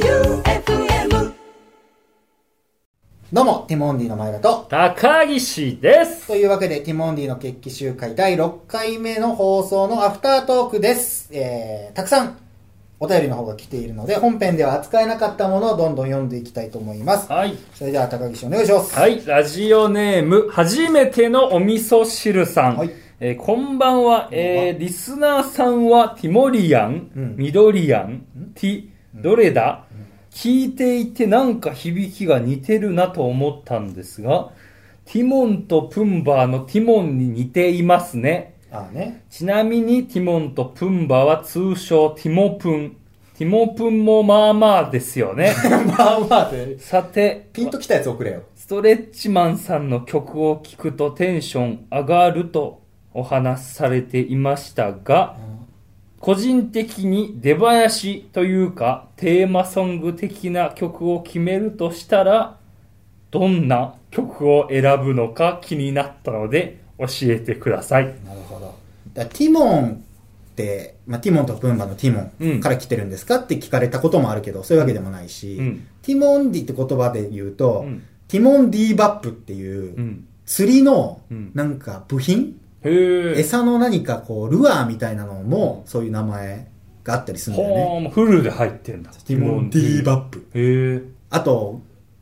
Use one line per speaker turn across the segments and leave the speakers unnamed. J-O-E-U-F-M
どうも、ティモンディの前田と。
高岸です
というわけで、ティモンディの決起集会第6回目の放送のアフタートークです。えー、たくさんお便りの方が来ているので、本編では扱えなかったものをどんどん読んでいきたいと思います。
はい。
それでは、高岸お願いします。
はい。ラジオネーム、初めてのお味噌汁さん。
はい
えーこんばんは、えーリスナーさんは、ティモリアン、
うん
ミドリアン、ティ、どれだ、聞いていてなんか響きが似てるなと思ったんですが、ティモンとプンバーのティモンに似ていますね。
ああね。
ちなみにティモンとプンバは通称ティモプン。ティモプンもまあまあですよ ね。
まあまあで、
さて、
ピンときたやつ送れよ。
ストレッチマンさんの曲を聴くとテンション上がるとお話しされていましたが、個人的に出囃子というかテーマソング的な曲を決めるとしたら、どんな曲を選ぶのか気になったので教えてください。
なるほど。だティモンって、まあ、ティモンとプンバのティモ
うん
ンから来てるんですかって聞かれたこともあるけど、そういうわけでもないし、
うん
ティモンディって言葉で言うと、
うん
ティモンディーバップっていう、
うん。
釣りの
うん、
なんか部品、
へー
餌の何かこう、ルアーみたいなのも、そういう名前があったりするんだよね。
ほー、フルで入ってんだ。
ティモン・ディー・バップ。
へえ。
あと、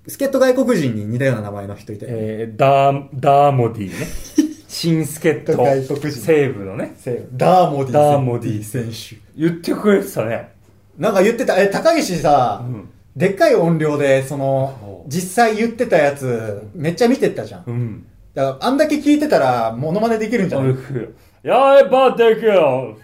助っ人外国人に似たような名前の人いて。
えー、ダー、ダーモディ ね。新助っ人。
外国人
西武のね。
ダーモディ選手
ダーモディ選言ってくれてたね。
なんか言ってた、え、高岸さ、
うん
でっかい音量で、その
そ、う
実際言ってたやつ、めっちゃ見てったじゃん。
うん。
だから、あんだけ聞いてたら、モノマネできるんじゃない
やればで きよ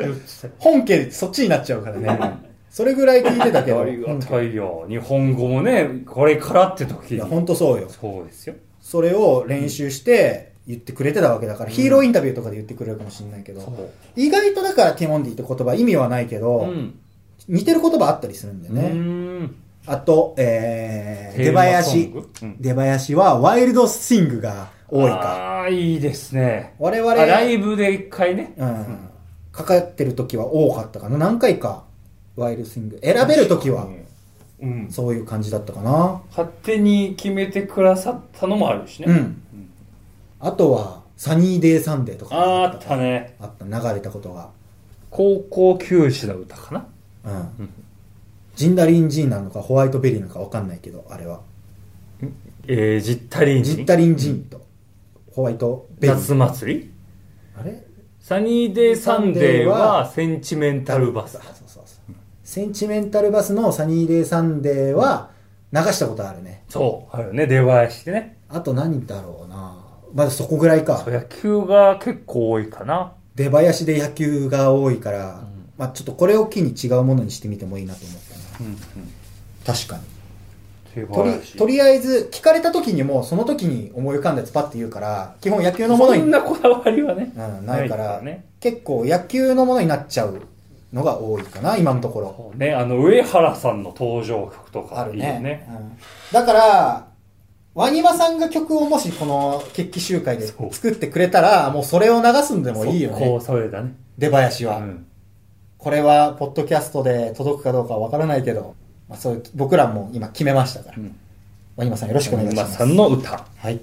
言って
本家、そっちになっちゃうからね。それぐらい聞いてたけ
たよ。
ど。
ありがたいよ。日本語もね、これからって時
いや、
に。
ほんとそうよ。
そうですよ。
それを練習して言ってくれてたわけだから、ヒーローインタビューとかで言ってくれるかもしれないけど、
そう。
意外とだからティモンディって言葉意味はないけど、
うん。
似てる言葉あったりするんだよ
う
ね。
ーん。
あと、えー、
テ
出
ーマ
囃
ソン
子
グうん。
出囃子はワイルドスイングが多いか。
ああ、いいですね。
我々、
あライブで一回ね。
うん、かかってる時は多かったかな。何回かワイルドスイング。選べる時は
うん。
そういう感じだったかな。
勝手に決めてくださったのもあるしね。
うん。あとは、サニーデイサンデーとか
あーあったね。
あった、流れたことが。
高校球児の歌かな。
うん、ジンダリンジンなのかホワイトベリーなのか分かんないけどあれは
えー、ジッタリンジン。
ジンダリンジンとホワイトベリ
夏
ー
祭り
あれ
サニーデイサンデーはセンチメンタルバス
そう。そうそうセンチメンタルバスのサニーデイサンデーは流したことあるね
そう。あるよね。出囃子でね。
あと何だろうなまだそこぐらいか
そう野球が結構多いかな。
出囃子で野球が多いから、まあ、ちょっとこれを機に違うものにしてみてもいいなと思ったな
うんうん。
確かに
出
とり
囃子。
とりあえず聞かれた時にもうその時に思い浮かんだやつパッて言うから基本野球のもの
そん
に
なこだわりはね。
うん、ないから、
ね。
結構野球のものになっちゃうのが多いかな、今のところ。
そうね。あの、上原さんの登場曲とか
ある
いいよ
ね。
ね。
うんだから、ワニマさんが曲をもしこの決起集会で
そう
作ってくれたら、もうそれを流すんでもいいよ
こ
ね
う、。それだね。
出囃子
う
は、
ん。
これは、ポッドキャストで届くかどうかはわからないけど、まあ、そういう、僕らも今決めましたから。
うん
ワニマさんよろしくお願いし
今
ます。
さんの歌。
はい。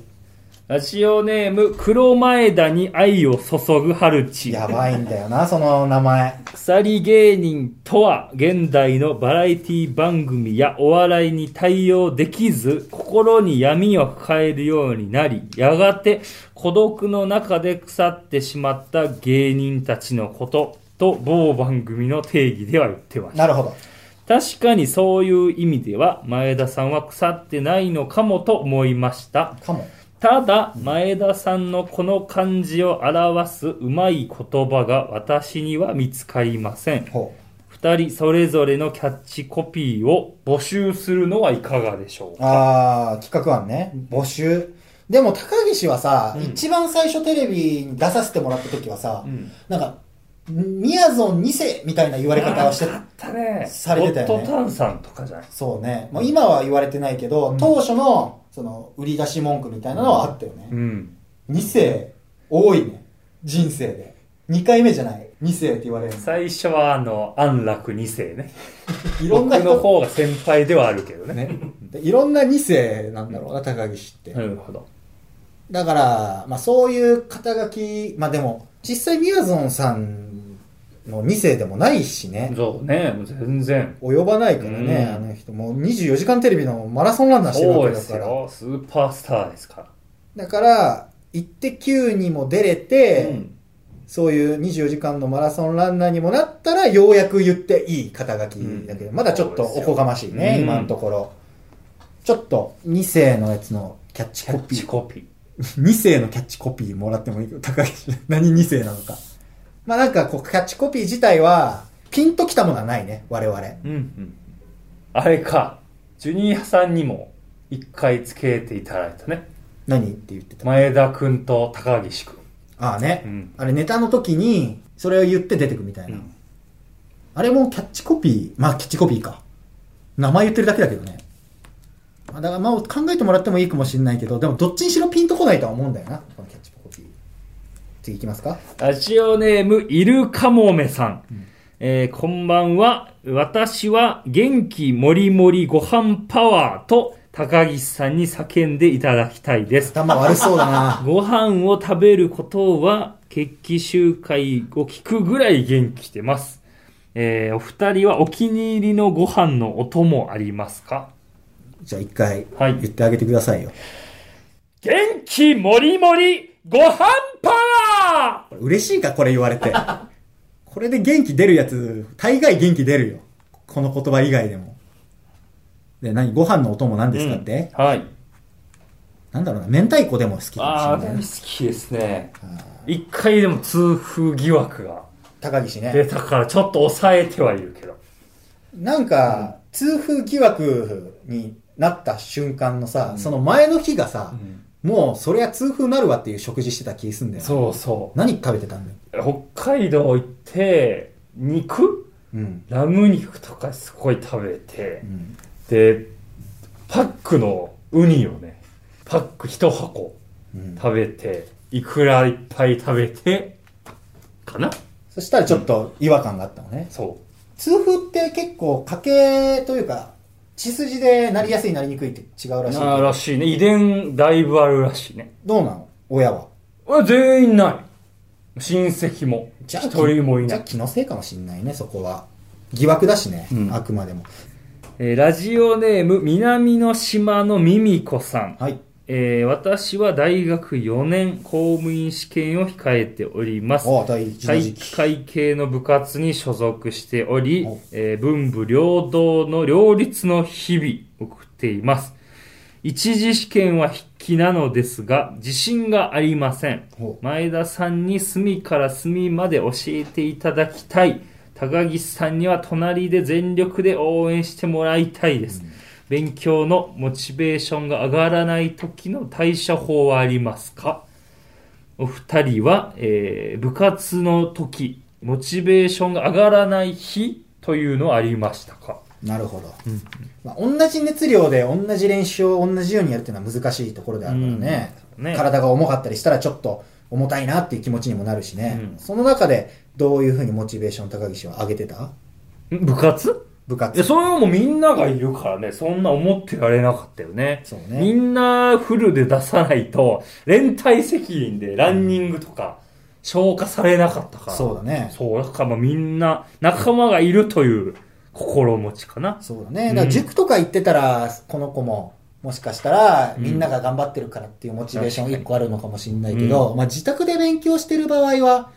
ラジオネーム、黒前田に愛を注ぐ春地。
やばいんだよな、その名前。
鎖芸人とは、現代のバラエティ番組やお笑いに対応できず、心に闇を抱えるようになり、やがて孤独の中で腐ってしまった芸人たちのこと、と某番組の定義では言ってました。
なるほど。
確かにそういう意味では、前田さんは腐ってないのかもと思いました。
かも。
ただ、前田さんのこの漢字を表すうまい言葉が私には見つかりません。
ほ
二人それぞれのキャッチコピーを募集するのはいかがでしょう
う。
か
ああ、企画案ね。募集。でも高岸はさ、
うん
一番最初テレビに出させてもらった時はさ、
うん
なんか、みやぞん2世みたいな言われ方をして
あったね。
されてたよね
ホットタンさんとかじゃない
そうね。もう今は言われてないけど、
うん
当初の、その、売り出し文句みたいなのはあったよね。
うん。
2世、多いね。人生で。 2回目じゃない2世って言われるの
最初はあの安楽2世ね
いろんな
僕の
人
方が先輩ではあるけどね
ね でいろんな2世なんだろうな高岸って、
なるほど
だから、まあ、そういう肩書きまあでも実際みやぞんさんの2世でもないしね
そうねもう全然
及ばないからね、
うん
あの人もう24時間テレビのマラソンランナーしてるわ
そう
け
で
だ
す
から
よスーパースターですか
だから「イッテ Q!」にも出れ
ら、
て、
うん
そういう24時間のマラソンランナーにもなったらようやく言っていい肩書きだけど、
うん
まだちょっとおこがましいね、
うん
今のところちょっと2世のやつのキャッチ
キ
コ
ャッ
ピ
チ
ー
コピー
2世のキャッチコピーもらってもいいけど高岸何2世なのかまあなんかこうキャッチコピー自体はピンときたものはないね我々
うんうんあれかジュニアさんにも一回つけていただいたね
何って言ってた
前田君と高岸君
ああね、
うん
あれネタの時にそれを言って出てくみたいな、
うん
あれもキャッチコピーまあキャッチコピーか名前言ってるだけだけどねまあだからまあ考えてもらってもいいかもしれないけどでもどっちにしろピンとこないとは思うんだよなこのキャッチコピー次いきますか
ラジオネーム、イルカモメさん。えーこんばんは。私は元気もりもりご飯パワーと高岸さんに叫んでいただきたいです。
頭悪そうだな
ご飯を食べることは、決起集会を聞くぐらい元気してます。えーお二人はお気に入りのご飯のお供ありますか
じゃあ一回
は
言
い
ってあげてくださいよ、
元気もりもりご飯パワー
嬉しいかこれ言われてこれで元気出るやつ大概元気出るよこの言葉以外でもで何ご飯のお供何ですかって、
うんはい。
なんだろうな、明太子でも好き
あ
か
あ、
もしれ
大
な
好
い。
きですね。一回でも痛風疑惑が
高岸
出
ね。
たから、ちょっと抑えてはいるけど。
なんか、痛風疑惑になった瞬間のさ、その前の日がさ、もうそりゃ痛風なるわっていう食事してた気すんだよ。
そうそ
何食べてたんだよ。
う。北海道行って、肉
うん。
ラム肉とかすごい食べて
う、ん
で、パックのウニをね、パック一箱
うん
食べて、いくらいっぱい食べて、かな
そしたらちょっと違和感があったのね。
そ
痛風って結構家系というか、血筋でなりやすいなりにくいって違う
う。
らしいけ
なあ
ど。
らしいね。遺伝だいぶあるらしいね。
どうなの親は。
あ全員ない。親戚も。
じ
一
ゃあ
人もい
じ
な
ゃあ
い。
気のせいかもしんないね、そこは。疑惑だしね、
うん
あくまでも。
えーラジオネーム、南の島のミミコさん。
はい。
えー私は大学4年公務員試験を控えております。
ああ、第一の
体
時
育
期。
会系の部活に所属しており
お、
えー文武両道の両立の日々を送っています。一次試験は筆記なのですが、自信がありません
お。
前田さんに隅から隅まで教えていただきたい。高岸さんには隣で全力で応援してもらいたいです。勉強のモチベーションが上がらない時の対処法はありますかお二人は、えー部活の時、モチベーションが上がらない日というのはありましたか
なるほど、まあ、同じ熱量で同じ練習を同じようにやるっていうのは難しいところであるからね,、
うんね
体が重かったりしたらちょっと重たいなっていう気持ちにもなるしね、
うん
その中でどういうふうにモチベーション高岸は上げてた
ん部活
部
いや、
活
それはもうみんながいるからね、そんな思ってられなかったよね。
そうね
みんなフルで出さないと、連帯責任でランニングとか、消化されなかったから。
そうだね
そう、だからまあみんな、仲間がいるという心持ちかな。
そうだねだから塾とか行ってたらこの子ももしかしたらみんなが頑張ってるからっていうモチベーション1個あるのかもしれないけど、まあ、自宅で勉強してる場合は、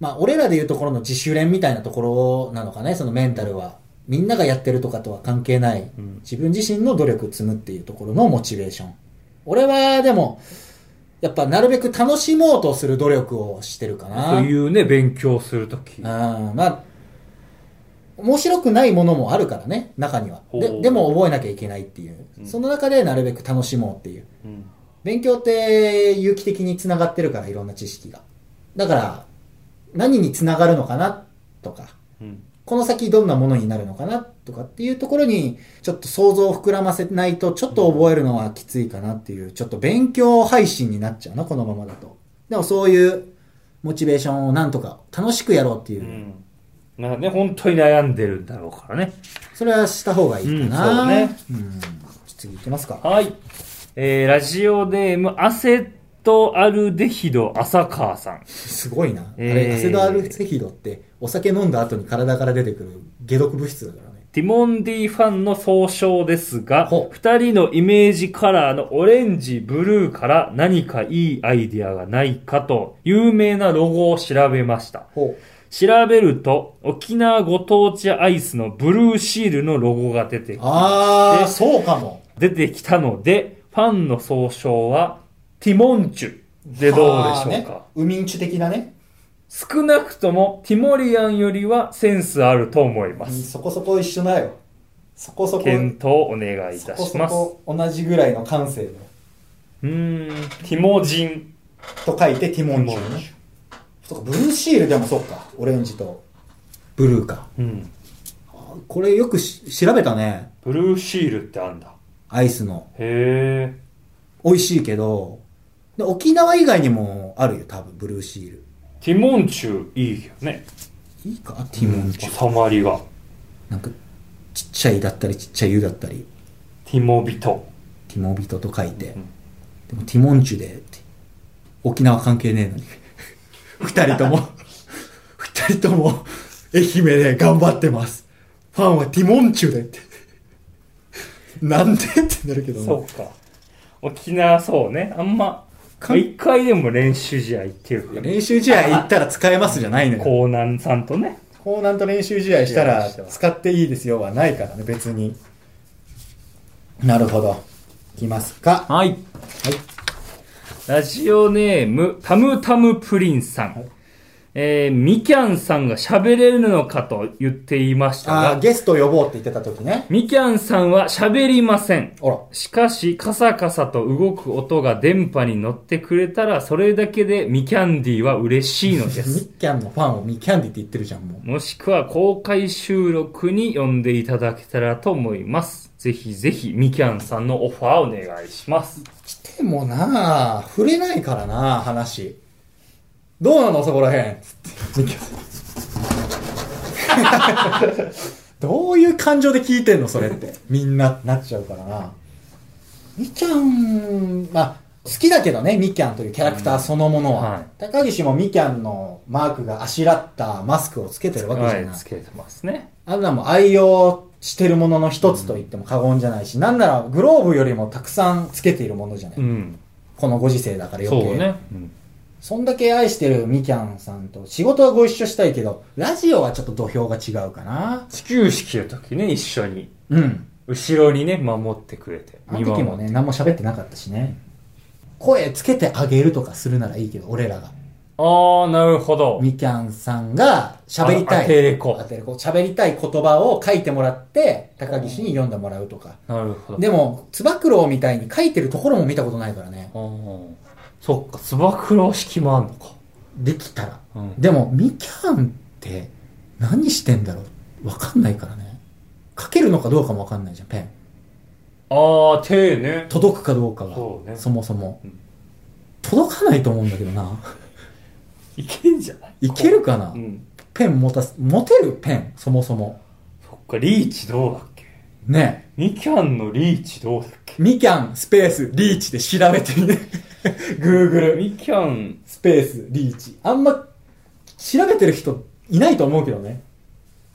まあ、俺らでいうところの自主練みたいなところなのかね、そのメンタルは。みんながやってるとかとは関係ない、
ん
自分自身の努力積むっていうところのモチベーション。俺は、でも、やっぱなるべく楽しもうとする努力をしてるかな。
というね、勉強するとき。
うん、まあ、面白くないものもあるからね、中には。
ほ
で
う
でも覚えなきゃいけないっていう、
うん
その中でなるべく楽しもうっていう。
うん
勉強って有機的につながってるから、いろんな知識が。だから、何につながるのかなとか、
うん
この先どんなものになるのかなとかっていうところに、ちょっと想像を膨らませないと、ちょっと覚えるのはきついかなっていう、ちょっと勉強配信になっちゃうな、このままだと。でもそういう、モチベーションをなんとか楽しくやろうっていうう、
ん。なんかね、本当に悩んでるんだろうからね。
それはした方がいいかな、
うんそうね
うん次いきますか
はい。えー、ラジオネーム、アセットアルデヒド浅川さん。
すごいな、
えー
あれアセドアルセヒドってお酒飲んだ後に体から出てくる解毒物質だからね
ティモンディファンの総称ですが
ほ、う
二人のイメージカラーのオレンジ、ブルーから何かいいアイディアがないかと、有名なロゴを調べました。
ほ
調べると、沖縄ご当地アイスのブルーシールのロゴが出てき
あ
で
あそうかも
出てきたので、ファンの総称は、ティモンチュでどうでしょうか。
あーねウミンチュ的なね
少なくとも、ティモリアンよりはセンスあると思いま
うん
す。
そこそこ一緒だよそこそこ
検討お願いい
そ
た
こ
し
そ
ます。
こ同じぐらいの感性の
うーん、ティモジン。
と書いてティモンチュ
ティモンチ
ねそうかブルーシールでもそっかオレンジとブルーか
うん。
これよくし調べたね
ブルーシールってあんだ。
アイスの
へえ。
美味しいけどで沖縄以外にもあるよ多分ブルーシール
ティモンチュいいよね。
いいかティモンチュ、
収まりが。
なんかちっちゃいだったりちっちゃい湯だったり
ティモビト。
ティモビトと書いて、
ん
でもティモンチュでって沖縄関係ねえのに 二人と も二人とも愛媛で頑張ってますファンはティモンチュでって なんでってなるけど
そうか。沖縄そうね。あんま、
か
一回でも練習試合行ってるからね。
練習試合行ったら使えますじゃないのよ
コーナンさんとね。
こうなんと練習試合したら使っていいですよはないからね別になるほどいきますか
はい。ラジオネーム、タムタムプリンさん。えー、みきゃんさんが喋れるのかと言っていました
あー
が、
ゲスト呼ぼうって言ってた時ね
みきゃんさんは喋りません。
あら
しかし、カサカサと動く音が電波に乗ってくれたら、それだけでみキャンディーは嬉しいので
ミ
す。
ッキャンのファンをミッキャンディって言ってるじゃんもう
もしくは公開収録に呼んでいただけたらと思います。ぜひぜひ、みキャンさんのオファーお願いします。
来てもなあ触れないからなあ話どうなのそこらへんつってミッキャン どういう感情で聞いてんのそれってみんななっちゃうからなみきゃんまあ好きだけどねみきゃんというキャラクターそのものは、
うんはい
高岸もみきゃんのマークがあしらったマスクをつけてるわけじゃない、
はい、つけてますね。
あんなもん愛用してるものの一つと言っても過言じゃないし、なんならグローブよりもたくさんつけているものじゃない、
うん。
このご時世だから
そう
余計
ね。
そんだけ愛してるみきゃんさんと仕事はご一緒したいけどラジオはちょっと土俵が違うかな
始球式の時ね、一緒に。
うん
後ろにね、守ってくれて。
あの時もね
見守って
何も喋ってなかったしね声つけてあげるとかするならいいけど俺らが
ああ、なるほど。
みきゃんさんが喋りたい
あアテレコ
アテレコ喋りたい言葉を書いてもらって高岸に読んでもらうとか
なるほど。
でもつば九郎みたいに書いてるところも見たことないからね
あーそっか、つば九郎式もあんのか。
できたら、
うん
でもみきゃんって何してんだろうわかんないからね書けるのかどうかもわかんないじゃんペン
ああ、手ね。
届くかどうかが
そうね
もそも、
うん
届かないと思うんだけど な
いけんじゃない
いけるかな、
うん。
ペン持たす持てるペンそもそも
そっか、リーチどうだっけ
ね
みきゃんのリーチどうだっけ
えみきゃんスペースリーチで調べてみて Google
みきゃん、
スペースリーチあんま調べてる人いないと思うけどね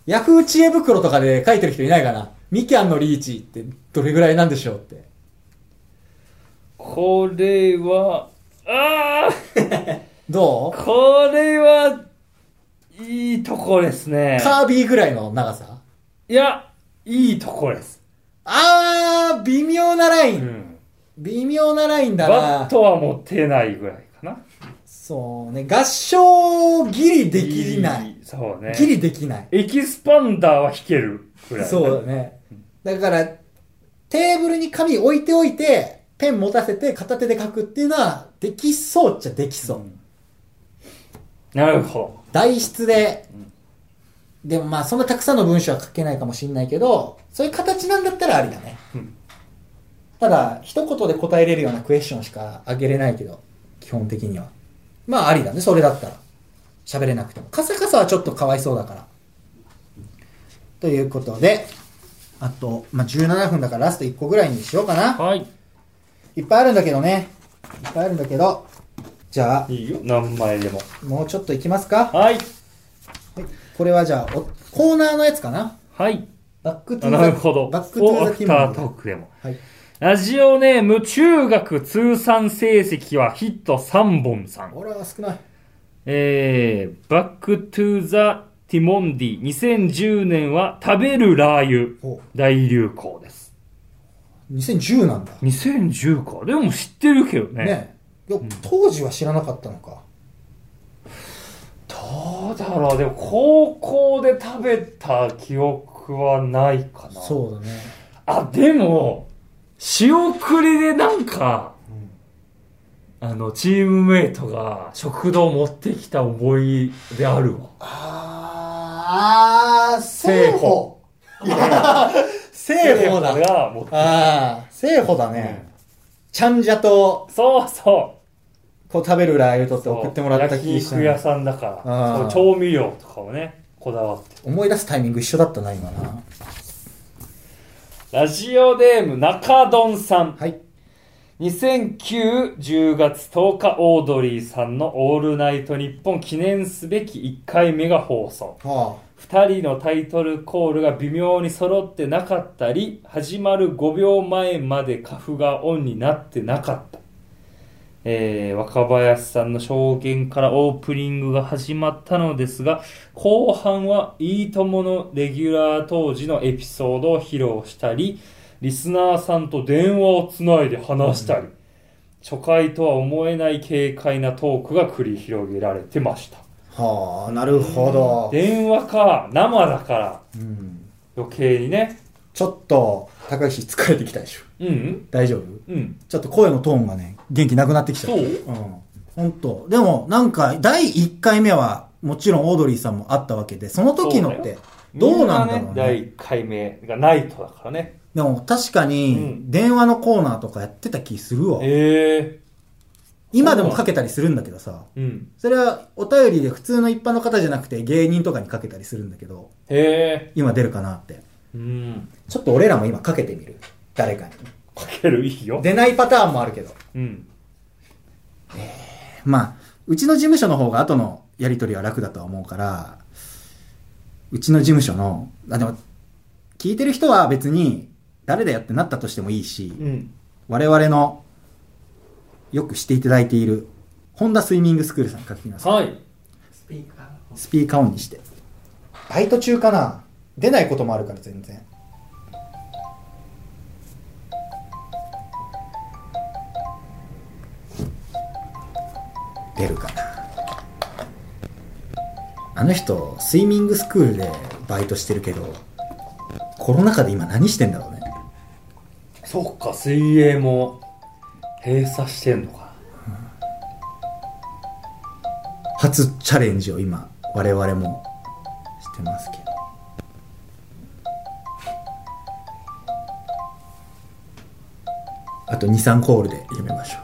ヤフー知恵袋とかで書いてる人いないかなみきゃんのリーチってどれぐらいなんでしょうって
これは、あ
ど
あこれは、いいとこですね
う。カービィぐらいの長さ
いや、いいとこです。
あー微妙なライ
う
ン
ん。
微妙なラインだ
バッ
な
トは持てないぐらいかな。
そうね合唱ギリできない
い。そうね。
ギリできない
エキスパンダーは弾けるぐらい。
そうだ
ね。
ねだからテーブルに紙置いておいてペン持たせて片手で書くっていうのはできそうっちゃできそう、
なるほ
代筆で、でもまあそんなたくさんの文章は書けないかもしれないけど、そういう形なんだったらありだね。
うん
ただ、一言で答えれるようなクエスチョンしかあげれないけど、基本的には。まあありだね、それだったら。喋れなくても。カサカサはちょっとかわいそうだから。ということで、あと、まあ、17分だからラスト1個ぐらいにしようかな。
はい。
いっぱいあるんだけどね。いっぱいあるんだけど。じゃ
いいよ。何枚でも。
あ、もうちょっといきますか。
はい。
はいこれはじゃあ、おコーナーのやつかな。
はい。
バックト
あ
ゥーザ、
なるほど。
バックトゥー
おア
ザ
フ
キ
タ
モ
ー
ン
トークでも。
はい。
ラジオネーム、中学通算成績はヒット3本さん。
俺は少ない。
えー、バックトゥーザティモンディ。2010年は食べるラー油
お。
大流行です。
2010なんだ。
2010か。でも知ってるけどね。
ね。いや当時は知らなかったのか。
どうだろう。でも高校で食べた記憶はないかな。
そうだね。
あ、でも、仕送りでなんか、あの、チームメイトが食堂持ってきた思いであるわ。
あー、
聖
聖
保
保。聖保だ。
が持ってきた
あー、聖保だね。ちゃんじゃと、
そうそ
こう食べるラー油とって
う。
送ってもらった気が
焼
し
肉屋
た
さんだから、
あー
そう調味料とかをね、こだわって。
思い出すタイミング一緒だったな、今な。
ラジオネーム中丼さん。
はい。
2009、10月10日、オードリーさんのオールナイトニッポン記念すべき1回目が放送。
は
2人のタイトルコールが微妙に揃ってなかったり始まる5秒前までカフがオンになってなかった、えー若林さんの証言からオープニングが始まったのですが後半はいいとものレギュラー当時のエピソードを披露したりリスナーさんと電話をつないで話したり、初回とは思えない軽快なトークが繰り広げられてました
あ。はあ、なるほど。
電話か生だから
うん
余計にね
ちょっと、高岸疲れてきたでしょ。
うん
大丈夫
うん
ちょっと声のトーンがね、元気なくなってきちゃった。
そう
うん。ほんと。でも、なんか、第1回目は、もちろんオードリーさんもあったわけで、その時のっ
そうだ
て、どうなんだ
み
ろう
ね第
ね。
1回目がナイトだからね
でも、確か
う
に、
ん
電話のコーナーとかやってた気するわ。
ええ
今でもかけたりするんだけどさ、
うん
それはお便りで普通の一般の方じゃなくて芸人とかにかけたりするんだけど、
へえ
今出るかなって。
うん
ちょっと俺らも今かけてみる。誰かに。
かけるいいよ
出ないパターンもあるけど。
うん
まあ、うちの事務所の方が後のやり取りは楽だとは思うから、うちの事務所の、あ、でも、聞いてる人は別に誰だよってなったとしてもいいし、
うん
我々のよくしていただいている、ホンダスイミングスクールさんに書きます。
はい
スピーカーオンにして。バイト中かな出ないこともあるから全然。出るかなあの人、スイミングスクールでバイトしてるけど、コロナ禍で今何してんだろうね。
そっか水泳も閉鎖してんのか
初チャレンジを今、我々もしてますけど。あと2、3コールでやめましょう。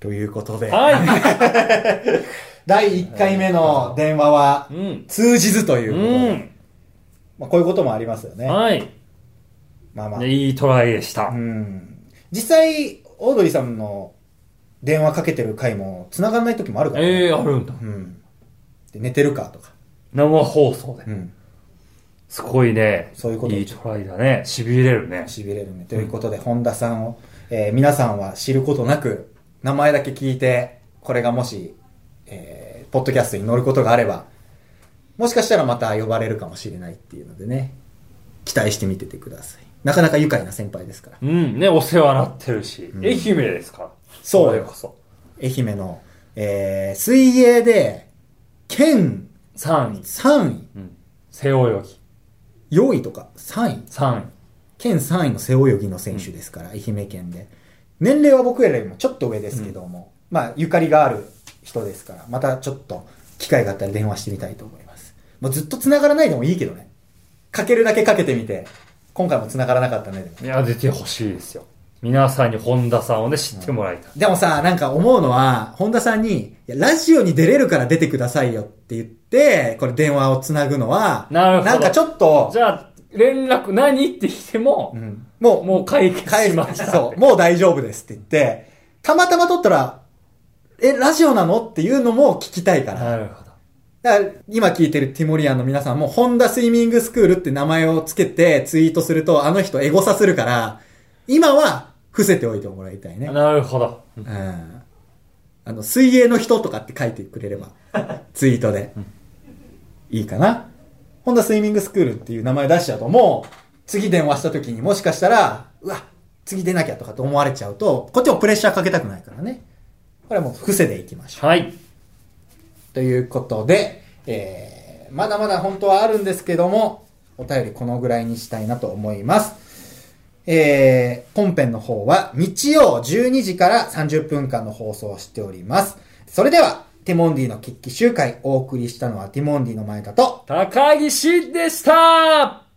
ということで、
は
第1回目の電話はい
うん
通じずといううことで、
ん
まあ、こういうこともありますよね。
はい
まあまあ。
でいいトライでした
うん。実際、オードリーさんの電話かけてる回も繋がんない時もあるから、
ええあるんだ
うん。で、寝てるかとか。
生放送で
うん。
すごいね
そういうこと
いいトライだねしびれるね
痺れるね。ということで、本田さんを、えー皆さんは知ることなく、名前だけ聞いて、これがもし、えーポッドキャストに乗ることがあれば、もしかしたらまた呼ばれるかもしれないっていうのでね、期待してみててください。なかなか愉快な先輩ですから。
うん、ね、お世話になってるし。愛媛ですから。
そう
れ
よ
こそ。
愛媛の、えー水泳で、県
3位。
3位、
うん。背泳ぎ。
4位とか3位、
3位。
県3位の背泳ぎの選手ですから、愛媛県で。年齢は僕らよりもちょっと上ですけども、まあ、ゆかりがある人ですから、またちょっと機会があったら電話してみたいと思います。もうずっと繋がらないでもいいけどね。かけるだけかけてみて。今回も繋がらなかったね。でも
いや、出てほしいですよ。皆さんに本田さんをね、知ってもらいたい。
でもさ、なんか思うのは、本田さんに、いやラジオに出れるから出てくださいよって言って、これ電話を繋ぐのは、
なるほど
んかちょっと、
じゃあ、連絡何って来ても、
うんもう、
もう解決
帰
し
り
ました。
そう、もう大丈夫ですって言って、たまたま撮ったら、え、ラジオなのっていうのも聞きたいから。
なるほど。
だから、今聞いてるティモリアンの皆さんも、ホンダスイミングスクールって名前をつけてツイートすると、あの人エゴサするから、今は伏せておいてもらいたいね。
なるほど。
うん。あの、水泳の人とかって書いてくれれば、ツイートで。いいかな。ホンダスイミングスクールっていう名前出しちゃうと、もう、次電話した時にもしかしたら、うわ、次出なきゃとかと思われちゃうと、こっちもプレッシャーかけたくないからね。これはもう伏せでいきましょう。
はい。
ということで、えー、まだまだ本当はあるんですけども、お便りこのぐらいにしたいなと思います。えー、本編の方は日曜12時から30分間の放送をしております。それでは、ティモンディの決起集会、お送りしたのはティモンディの前田と、
高岸でした